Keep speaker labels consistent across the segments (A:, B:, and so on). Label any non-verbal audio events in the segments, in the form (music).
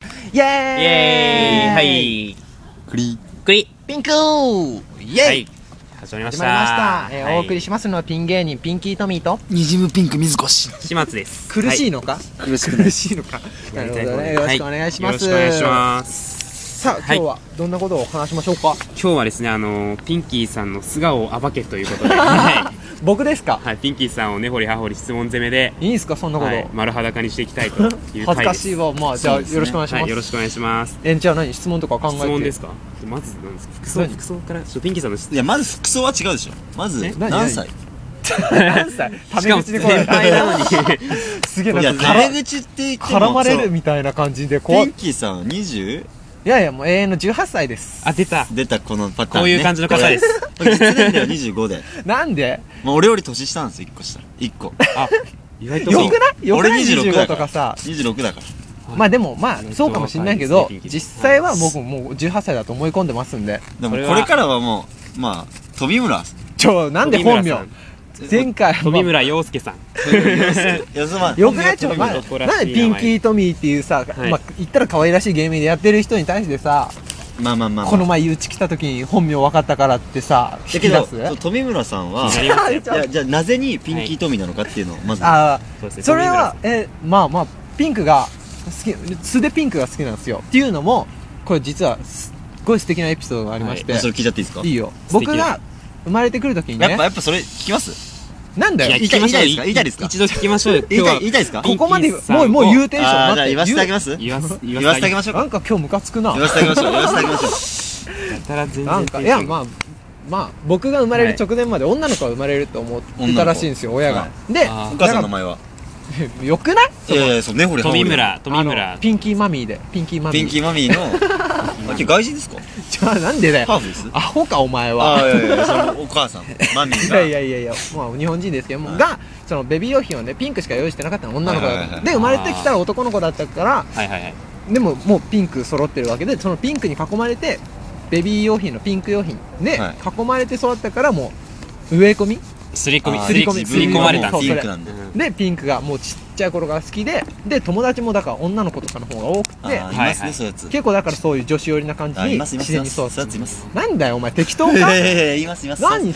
A: イエーイ
B: イエーイはい
C: クリ
B: クリ
A: ピンクーイエーイ、
B: はい始まりまし
A: 始
B: た
A: まりました、えー
B: はい
A: お送りしますのはピン芸人ピンキートミーと
C: にじむピンク水越
B: 始末です
A: 苦しい
B: の
A: のか、
C: 苦しくない
A: 苦しいのかなるほどねよろ
B: は
A: しくお願いします、
B: よろしくお願いします
A: さあ今日はどんなことをお話しましょうか、
B: 今日はですねあのピンキーさんの素顔を暴けという
A: (laughs)
B: ことでは
A: 僕ですか
B: い、はい、ピンキーさんを根掘り葉掘り質問攻めで
A: いいんですかそんなこ
B: は
A: と、
B: い、丸裸にしていきたいという回です
A: 恥ずかしいわまあじゃあ
C: そうですね
A: よろしくお願いします
B: はい、よろしくお願いします
A: えじゃあ何質問とか考えて
B: 質問ですかまずなんですか服装
A: 何
B: 服装からちょピンキーさんの質
C: いやまず服装は違うでしょまず
B: え
A: 何
C: 何歳
A: 何歳タ
B: し
A: メ
B: かも
A: 口で
B: 先
A: 来られた
B: 輩なのに
A: すげえ (laughs)
C: い
A: な
C: や
A: んか絡
C: タメ口って言っても
A: 絡まれる
C: そう
A: みたいな感じで怖
C: ピ
A: い
C: ンキーさん 20?
A: いやいやもう永遠の18歳です
B: (laughs) あ出た
C: 出たこのパ
B: こ
C: ターン、ね、
B: ういう感じの方です
C: これ実年齢は25で、
A: なんで
C: まあ、俺より年下なんですよ1個下1個
B: あ意外と
A: (laughs) よくないよくない
C: 俺
A: 25
C: 26だ
A: と
C: から
A: かさ
C: 26だから
A: まあでもまあそうかもしんないけど実際は僕もう18歳だと思い込んでますんで
C: で
B: そ
C: も
B: れは
C: これからはもうまあ富村
B: (laughs)
A: ちょなんで本名前回
B: 富村洋介さん
C: 安間
A: よくないちょ
B: 富
A: まあ
B: 村
A: なんで
B: 男らしい名前
A: ピンキートミーっていうさ
B: はい
A: まあ言ったら可愛らしい芸名でやってる人に対してさ
C: まあまあまあ、まあ、
A: この前誘致来た時に本名分かったからってさ
C: だ
A: 引
C: け
A: き
C: ど
A: 出
C: そう
A: す
C: 富村さんは
B: 気になり
A: (laughs)
B: ますよ
C: いやじゃあなぜにピンキー富なのかっていうのをまず、
A: ああ
B: そうですね
A: それは
B: 富
A: えまあまあピンクが好き素でピンクが好きなんですよっていうのもこれ実はすっごい素敵なエピソードがありまして、
C: それ聞いちゃっていいですか
A: い、いよ
B: 素敵
A: 僕が生まれてくる時に
C: やっ
A: ね
C: ぱやっぱそれ聞きます
A: なんだ
B: いや
A: よ
C: い
B: 聞きましょう
C: 言いたい言いたいですか
B: 一度聞きましょうよ
C: 言い
B: 今日
C: たい
B: は
C: 言いたいですか
A: ここまで
B: ピンキーさんを
A: もうもう言うテンション
C: あ
A: な
C: あ
A: っ
C: じゃ
A: て
C: あ言わせてあげます言
B: 言わす言わ
C: わせてあげ
B: ま
C: ましょう
A: な
C: か
A: んか今日ムカつくな
C: 言わせてあげましょう言わせてあげましょう
B: すやたら全
A: な
B: 然
A: ん
B: テ
A: か
B: ン
A: い
B: ション
A: やまあまあ僕が生まれる直前まで女の子が生まれると思ってたらしいんですよ
C: 女
A: 親
C: の子
A: が、で
B: あ
C: お母さんの名前は
A: 前 (laughs) よくない
C: いやいやそう根掘り葉掘り
B: 富村富
A: あ
B: 村
A: のピンキーマミーでピンキーマミー
C: ピンキーマミーのあ今外人ですか
A: (laughs) じゃあなんでだよ
C: ハーフです
A: アホかお前は
C: あいやいやそのお母さんマミー
A: い
C: が
A: やいやいやいや、まあ、日本人ですけども、
C: はい
A: がそのベビー用品をねピンクしか用意してなかったの女の子だった、
C: はいはいはい
A: で生まれてきたら男の子だったから
B: はいはいはい
A: でももうピンク揃ってるわけでそのピンクに囲まれてベビー用品のピンク用品で、
C: はい
A: 囲まれて育ったからもう植え込み
B: すり込み
C: あー
B: すり込み
C: 自
B: すり
C: 分
B: 込
C: が
B: まれたん
C: もう
B: ですよ
C: ピンクなんで
B: うん
A: でピンクがもうちっちゃい頃から好きでで友達もだから女の子とかの方が多く
C: あ
A: て
C: ーい
B: はい
C: ます
B: はい
C: ねそういうやつ
A: 結構だからそういう女子寄りな感じ
C: あい
A: に
C: ますいま
A: 自
C: すい
A: 然
C: ま
A: に
C: す
A: そ
C: そう
A: う
C: いうやついます
A: なんだよお前適当
C: (laughs) いやい
A: か
C: やいやいますいます
A: 何
C: そうい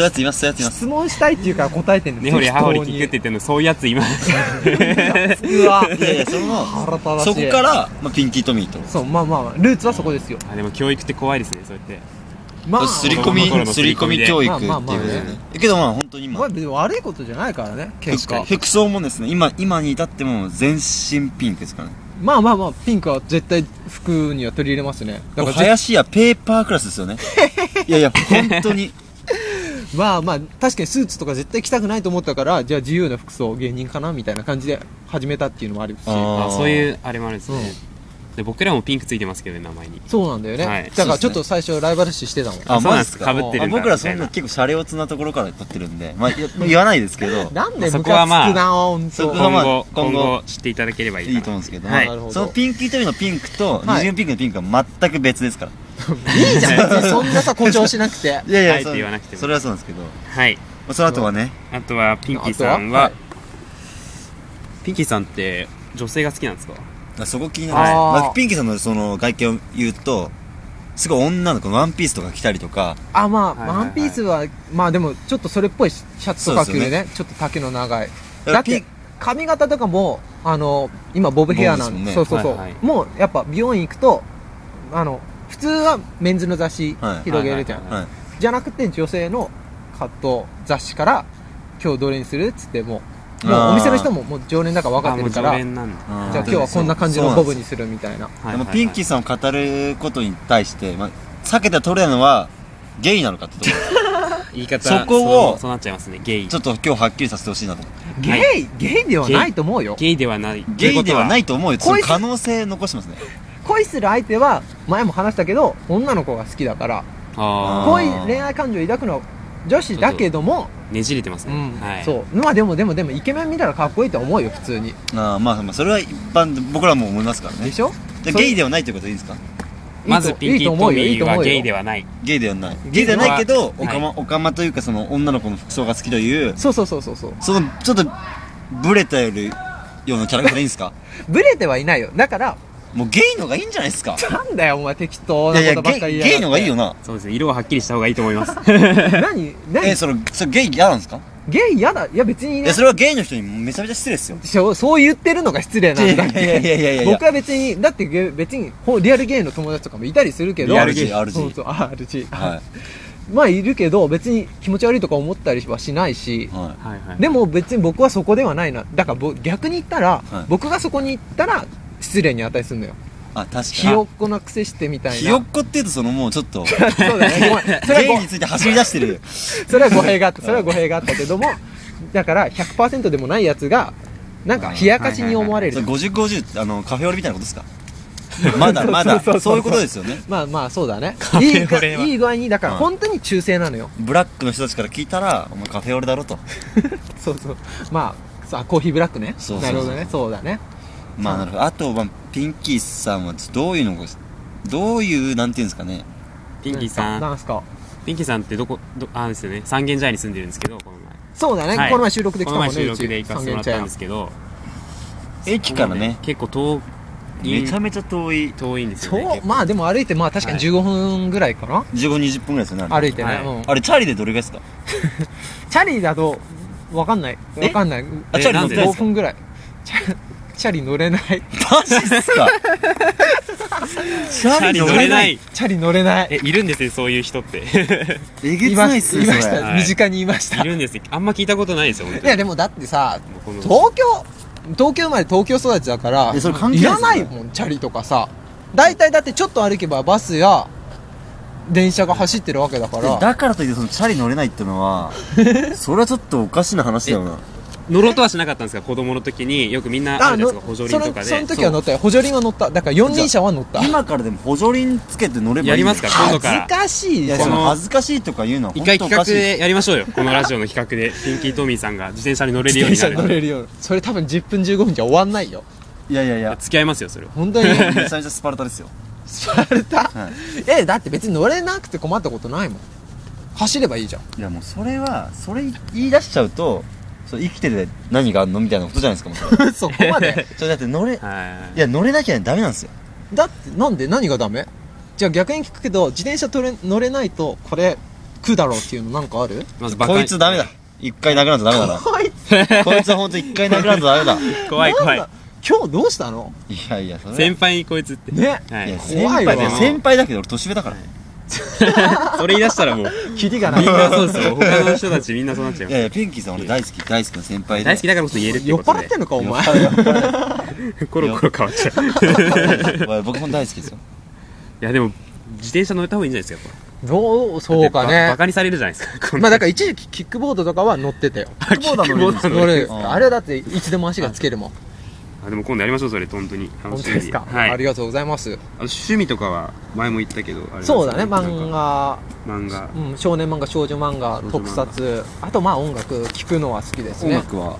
C: うやついますそういうやついます
A: 質問したいっていうから答えてんの
B: 根掘り葉掘り聞
A: 適
B: くって言ってんのそういうやつ (laughs) 今
A: 当にうわ
C: いやいやその
A: 腹立たしい
C: そこからまあピンキートミーと
A: そうまあまあまあルーツはそこですよ
B: あでも教育って怖いですねそうやって
A: まあ
C: すり
B: こ男
C: 込
B: の
C: み
B: 子の
C: すり込み教育っていうこと
A: まあま
C: で
A: あまあ
C: ねけどまあ本当に
A: ま
C: 今
A: あ別に悪いことじゃないからね結果
C: 服服装もですね今今に至っても全身ピンクですからね
A: まあまあまあピンクは絶対服には取り入れますねだからぜ
C: 林家ペーパークラスです
A: (laughs)
C: よねいやいや本当に
A: まあまあ確かにスーツとか絶対着たくないと思ったからじゃあ自由な服装芸人かなみたいな感じで始めたっていうのもあるし
C: あー
B: あそういうあれもあるんですねで僕らもピンクついてますけどね名前に
A: そうなんだよね、
B: はい
A: だからちょっと最初ライバル視してたもん
B: あそうなん
C: マ
B: で
C: ジ
B: すか被ってるんだ
C: あ僕ら
B: み
C: そ
B: たい
C: ん
B: な
C: な結構シャレオツなところから撮ってるんで、まあ、いや言わないですけど
A: なんで
B: そ
A: ム
B: こは
A: カつく
B: まあ
A: な本
C: そこ
A: 当
C: は
B: 今
C: まあ
B: 後今
C: 今後
B: 後知っていただければいいか
C: い
B: ない
C: と思うんですけど、
B: はい
A: なるほど
C: そのピンキートミーのピンクと
A: は
C: 二
A: い
C: 重ピンクのピンクは全く別ですから、
A: いいじゃんそんなさ誇張しなく
B: (laughs)
A: て
C: い、やいや
B: あえて
C: そう
B: 言わなくても
C: それはそうなんですけど、ま
B: はい
C: あ、その後はね
B: あとはピンキーさん
A: あ
B: は
A: と
B: ピンキーさんって女性が好きなんですか
C: そこ気になります、
A: はい
C: まあ、ピンキーさんのその外見を言うとすごい女の子のワンピースとか着たりとか
A: あまあ、
B: はいはいはい
A: ワンピースはまあでもちょっとそれっぽいシャツとか着るねちょっと丈の長いだっ
C: ピ
A: て
C: ン
A: 髪型とかもあの今ボブヘアなんで
C: ボブです
A: そ
C: もん
A: う
C: ね
A: そうそう、
B: はいはい
A: もうやっぱ美容院行くとあの普通はメンズの雑誌
C: はい
A: 広げるじゃん、
B: は
C: はい
A: じゃなくて女性のカット雑誌から今日どれにするっつってもうもう
C: あー
A: お店の人ももう常連だから分かってるから
B: あもう常
A: じゃ
B: 連なんだ
C: あー
A: あ今日はこんな感じのボブにするみたいな
B: はい
C: で
B: は
C: も
B: いはい
C: ピンキーさんを語ることに対して、まあ、避けて取れないのはゲイなのかってところ (laughs)
B: 言い方
C: そこを
B: そうそうなっちゃいますねゲイ
C: ちょっと今日はっきりさせてほしいなと
A: (laughs)
C: 思って
A: ゲイ、
B: はい
A: ゲイではないと思うよ
B: ゲイではない
C: ゲイではないいと思うよそ
A: こ
C: の
A: いつ
C: 可能性残してますね
A: 恋する相手は前も話したけど女の子が好きだから
B: あ
A: 恋恋愛感情を抱くのは女子だけども
B: あねじれてます
A: う
B: ね、
A: ん、
B: はい
A: そうまあでもでもでもイケメン見たらかっこいいと思うよ普通に
C: あーまあまあそれは一般で僕らも思いますからね
A: でしょ
C: じゃあ
A: それ
C: ゲイではないということでいいですか
A: いいと
B: まずピンキー
A: いいと思
B: ト
A: うよいい
B: ミー
A: と思う
B: は
A: よ
B: ゲイではない
C: ゲイではない
A: ゲ
C: ゲ
A: イ
C: イ
A: で
C: で
A: は
C: は
A: ない
C: ないけど
B: い
C: オカマオカマというかその女の子の服装が好きという
A: そうそうそうそうそう
C: そのちょっとブレたよりようなキャラクターでいいんですか (laughs)
A: ブレてはいないよだから
C: もうゲイのがいいんじゃないで
A: (laughs)
C: すか
A: なんだよお前適当
C: い
A: な
C: や
A: いこ
C: や
A: とばっか
C: ゲ
A: り
C: イ
A: 言い
C: ゲ
A: や
C: イ
A: が
C: の
A: っ
C: が
A: て
C: いいよな
B: そうですね色ははっきりした方がいいと思
A: (laughs)
B: います
A: 何何、
C: えそれそれゲイ嫌なんですか
A: ゲイ嫌だいや別に
C: い
A: ね
C: やそれはゲイの人にめちゃめちゃ失礼ですよ
A: そうそう言ってるのが失礼なんだっ
C: いやいやいやいや
A: て
C: い
A: (laughs)
C: や
A: 僕は別にだってゲ別にほリアルゲイの友達とかもいたりするけど
C: リアルゲイ RG
A: そうそうあ RG、
C: は
A: まあいるけど別に気持ち悪いとか思ったりはしないし
C: い、は
B: はいはい
A: でも別に僕はそこではないなだからぼ逆に言ったら、
C: はい
A: 僕がそこに行ったら失礼に値するのよ
C: いあ確かに
A: ひよっこな癖してみたいな
C: ひよっこっていうとそのもうちょっ
A: (laughs)
C: と
A: そうだねごめんそれ
C: ゲイ
A: は
C: について走り出し
A: (laughs)
C: てる
A: ごそれは語弊があったそれは語弊があったけどもだから100%でもないやつがなんか冷やかしに思われる
C: それ5050あのカフェオレみたいなことですか
A: (laughs)
C: まだま
A: そうそうそう
C: だ
A: そう
C: そういうことですよね
A: まあまあそうだねい
B: フ
A: い
B: ェオレはい
A: い具合にだから
C: うん
A: 本当に忠誠なのよ
C: ブラックの人たちから聞いたらお前カフェオレだろと
A: そうそうまあさあコーヒーブラックね
C: そうそうそ
A: なる
C: う
A: ほどねそうだね
C: まあなるほどあと、まあ、ピンキーさんはどういうのがどういうなんていうんですかね
B: ピンキーさん
A: なんすか
B: ピンキーさんってどこどあですよね三軒茶屋に住んでるんですけどこの前
A: そうだね、
B: はい
A: この前収録で来
B: こ
A: た
B: の
A: もん
B: 前
A: ね
B: 収録で
A: う
B: 行
A: ち
B: かせてもらったんですけど
C: 駅からね
B: もう結構遠い
C: めちゃめちゃ遠い
B: 遠いんですよね
A: そうまあでも歩いてまあ確かに
B: はい
A: 15分ぐらいかな、
C: 1520分ぐらいですよねあれ
A: 歩いてね、
B: はい
A: うん
C: あれチャリでどれぐらいですか
A: チャリだとわかんないわかんない
C: あチャリ乗ってな
A: 5
C: いですか
A: 分ぐらいチャチャリ乗れない
C: マジっ
A: (laughs)
C: すかチ
B: チャリ乗れない
A: チャリ乗れない
B: えいるんですよそういう人って (laughs)
C: えげつ
A: い
C: な
A: ま
C: いっ
A: し
C: す
A: たい
C: ねそ
A: ま
C: れ
A: した
B: はい
A: 身近にいました
B: いるんですよあんま聞いたことないですよ本
A: い
B: 当
A: や
B: に
A: でもだってさ
B: この
A: 東京東京生まれ東京育ちだから
C: えそれ関係ない
A: らないもんチャリとかさ大体だってちょっと歩けばバスや電車が走ってるわけだから
C: えだからといってそのチャリ乗れないっての (laughs) はそれはちょっとおかしな話だよな
B: 乗ろうとはしなかったんですが子供の時によくみんなあるじゃないですか補助輪とかで
A: そのその時は乗ったよ補助輪は乗っただから四輪車は乗った恥
C: 今からでも補助輪つけて乗ればいい
B: やりますか今
A: ず
B: 度から
A: かしい
C: い
A: じゃ
C: や
A: ん
B: こ
C: そ
B: の
C: の恥ずかしいとか言うのは
B: 一
C: 本
B: 回
C: 当お
B: 企画
C: かしい
B: でやりましょうよこのラジオの企画でピンキートミーさんが自転車に乗れるようにな
A: 乗
B: る
A: れるようにそれ多分10分15分じゃ終わんないよ
C: いやいやいや
B: 付き合いますよそれは
A: 本 (laughs) 当に
C: めちゃめちゃスパルタですよ
A: スパルタ、
C: はい
A: えだって別に乗れなくて困ったことないもん走ればいいじゃん
C: いやもうそれはそれ言い出しちゃうとそれ生きてて何があんのみたいなことじゃないですかもうそれ
A: そこまで
C: それだって乗れい
B: はい
C: や乗れなきゃダメなんですよ
A: だってなんで何がダメじゃあ逆に聞くけど自転車取れ乗れないとこれ食うだろうっていうのなんかある
B: まずバカ
C: こいつダメだ一回殴らんとダメだ
A: こいつ
C: なこいつは本当一回殴らんとダメだ
B: 怖い怖い
A: なんだ今日どうしたの
C: いやいやそれ
B: 先輩にこいつって
A: ね
B: はいい
C: や
A: 先怖い
C: 先
A: わ
C: 輩だよ先輩だけど俺年上だからい
B: それ言い出したらもう
A: キリがな (laughs)
B: みん
A: い
B: なそうですよ他の人たちみんなそうなっちゃいま
C: やいやピンキーさん俺大好き大好きな先輩
B: す
C: で
B: 大好きだからこそ言えるって
A: 酔っ
B: こと
A: 払っ
B: で
A: てんのかお前
B: (laughs) コロコロ変わっちゃうい
C: おい僕も大好きですよ
B: やでも自転車乗れた方がいいんじゃないですかやっ
A: どう
B: ぱ
A: そうか (laughs)
B: だってバ
A: ね
B: バカにされるじゃないです
A: (laughs)
B: かこん
A: ま
B: な
A: あだから一時期キックボードとかは乗ってたよ
C: キックボード乗れるんですか
A: 乗れる
C: うん
A: あれはだっていつでも足がつけるもん
B: あでも今度やりましょうそれ本当に楽
A: 本
B: し
A: 当
B: みに
A: ですか、
B: はい
A: ありがとうございます
B: あの趣味とかは前も言ったけどあれ
A: そうだね
B: なんか
A: 漫画、
B: 漫画
A: うん、少年漫画少女漫画
B: 少女漫画
A: 特撮あとまあ音楽聴くのは好きです
C: 音
A: ね
C: 楽は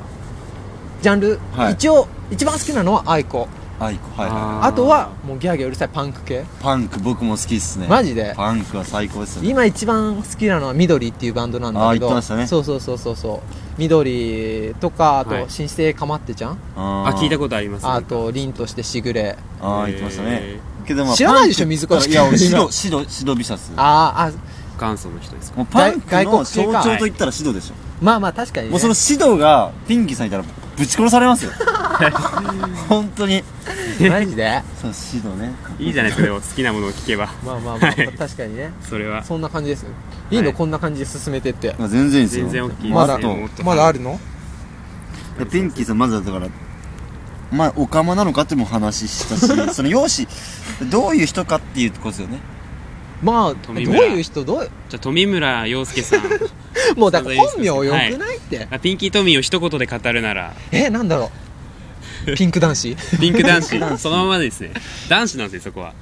A: ジャンル、
C: はい
A: 一応一番好きなのはアイコ
C: 愛子はいは
A: あとはもうギャーギャーうるさいパンク系
C: いパンク僕も好きっすね
A: マジで
C: パンクは最高ですよね
A: 今一番好きなのは緑っていうバンドなんだけど
C: あー言ってましたね
A: そうそうそうそうそう緑とかあ
B: は
A: と
B: い
A: 新生かまってちゃん、
C: あ
B: あ聞いた
C: こ
B: ことあります
A: あと凛としてしぐれ
C: とああ言ってましたね
B: え
C: けどまあ
A: 知らないでしょ
C: パンク
A: 水越
C: いや俺
A: 君
C: 白白白ビシャス
A: あーあ
B: ー元祖の人ですか
C: もうパンク
A: 外
C: の
A: 国系
C: 象
A: か
C: 徴といったら指導でしょ、
A: まあまあ確かに、ね、
C: もうその指導がピンキーさんいたらぶち殺さ
A: (laughs)
C: れますよ本当に
A: マジで
C: そう指導ね
B: いいじゃないですかでも好きなものを
A: (laughs)
B: 聞けば
A: まあまあま
B: は
A: あ
B: い
A: 確かにね
B: それは
A: そんな感じですいいの、
B: はい
A: こんな感じで進めてって
C: まあ全然いいですよ
B: 全然 OK
A: ま
C: ま
A: だ
C: だ
B: ですよ
C: と
B: もっと
A: まだあるの
C: でピンキーさんまずだからまあオカマなのかっても話し
B: (laughs)
C: たしその容姿どういう人かっていうとこですよね
A: まあどう
B: 富村
A: いう人どう
B: じゃあ富村洋
A: (laughs)
B: 介さん
A: もうだから本名よ
B: そう
A: く
B: そうそう
A: ないって、
B: あピンキートミーを一言で語るなら
A: えなんだろ
C: (laughs)
A: うピンク男子
B: ピンク男子そのままですね男子なんですよそこは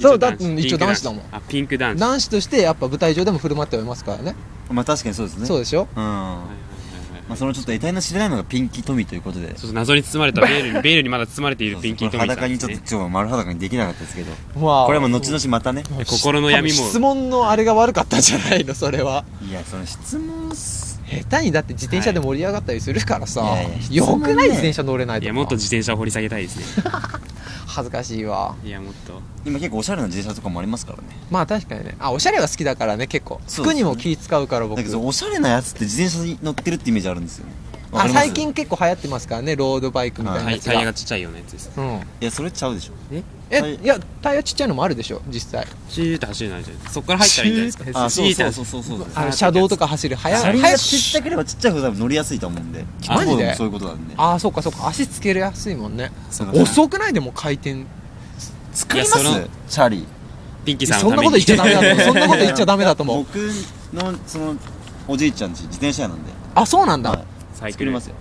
A: そう
B: 男
A: だ
B: 子
A: うん一応男子だもん
B: ピンクあピンク男子
A: 男子としてやっぱ舞台上でも振る舞っておりますからね
C: まあ確かにそうですね
A: そう
C: で
A: でしょ
C: すうんまあそのちょっと得体の知れないのがピンキートミーということで
B: そうそう謎に包ま
A: (laughs)
B: れたベールにベールにまだ包まれているピンキートミーさ
C: 裸
B: んで
C: にち
B: す
C: ょっ
B: ね
C: と今日は丸裸にできなかったですけど
A: まあ
C: これはもう後々またね
B: 心の闇も
A: 多分質問のあれが悪かったんじゃないのそれは
C: うんいやその質問す
A: 下手にだって自転車で盛り上がったりするからさ、
C: はいいやいや
A: よくない自
C: 質問ね
A: 転車乗れないとか
B: いやもっと自転車を掘り下げたい
A: (laughs)
B: ですね
A: 恥ずかしいわ
B: いやもっと
C: 今結構おしゃれな自転車とかもありますからね
A: まあ確かにねあおしゃれが好きだからね結構
C: そうで
A: 服
C: すね
A: にも気使うから僕
C: だけどおしゃれなやつって自転車に乗ってるってイメージあるんですよねわか
A: あ
C: ります
A: 最近結構流行ってますからねロードバイクみたいな
B: タ
A: や
B: イ
A: つ
B: タイヤ
A: が
B: がちっちゃいようなやつです
A: うん
C: いやそれちゃうでしょ
B: え
A: え、
C: はい
A: い、やタイヤちっちゃいのもあるでしょ実際
B: シューって走るないじゃないそっから入ったらいいんじゃないですか
A: シュー
C: あ
B: シ
C: そう
B: ーって
C: そうそうそうそうそう
A: あの車道とか走る速
C: 車
A: い
C: 輪が
A: 速
C: ちっちゃければちっちゃいほど多分乗りやすいと思うんで
A: あマジで
C: そういうことなんで
A: ああそうかそうか足つけるやすいもんね
C: そう
A: 遅くないでも回転
C: 作ります
B: いやその
C: チャリ
B: ピンキーさん
A: そんなこと言っちゃダメだと思うそんなこと言っちゃダメだと思う
C: 僕のそのおじいちゃんち自転車屋なんで
A: あそうなんだ、
C: はい
B: (laughs) サイク
C: 作
B: ル
C: りますよ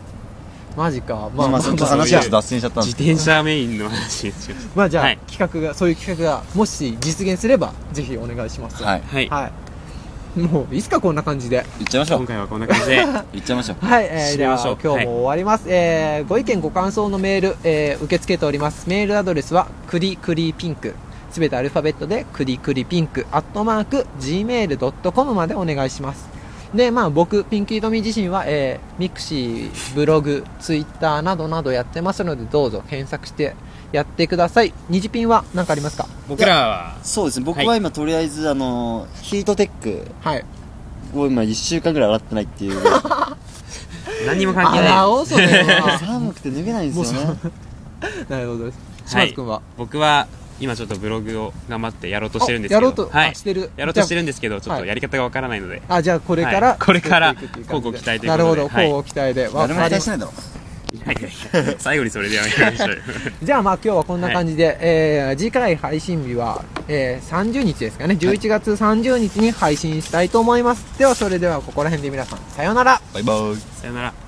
A: マジか
C: まあまあちょっと
B: そうそう
C: 話がちょっと脱線しちゃったん
B: 自
C: ですけど
B: 転車メインの話ですよ
A: まあじゃあ、
B: はい
A: 企画がそういう企画がもし実現すればぜひお願いします、
C: はいい
B: はい
A: はい、もういつかこんな感じで
C: 行っちゃいましょ
B: 今
C: う
B: 回はこんな感じ
A: (laughs)
B: で
C: 行っちゃいましょう
A: はい、えー、
B: 締
A: で
B: め
A: は
B: ましょう
A: 今日も終わります、えーご意見ご感想のメール、えー受け付けておりますメールアドレスはくりくりピンクすべてアルファベットでくりくりピンクアットマーク gmail.com までお願いしますでまあ僕ピンキートミー自身は、えー、ミクシーブログツイッターなどなどやってますのでどうぞ検索してやってくださいニジピンは何かありますか
B: 僕らは
C: そうですね僕
B: は
C: は今とりあえずあのヒートテック
A: はい
C: を今1週間ぐらい洗ってないっていう
B: 何にも関係ない
A: あおそれ
B: (laughs)
A: は
C: 寒くて脱げないんですよね
A: なるほどです島津君は、
B: 僕は今ちょっとブログを頑張ってやろうとしてるんですけ
A: や
B: ど
A: ろうと、
B: は
A: あ
B: い
A: してる
B: やろうとして
A: る
B: るんですけどちょっとやり方がわからないので
A: あじゃあこれから、
B: はいこれから
A: 作っていくっていう感じで
B: 乞うご期待というこ
A: な
B: とで
A: るほど
B: はい
A: 乞うご期待で、わ
C: 誰も
A: か
C: 期
A: りま
C: 待
A: し
C: したてないだろ
B: いやいやいや最後にそれでやめまし
A: (laughs)
B: ょうよ
A: じゃあまあ今日はこんな感じで、えー次回配信日は、えー30日ですかね11月30日に配信したいと思います、ではそれではここら辺で皆さんさようなら
C: バイバイ
B: さよなら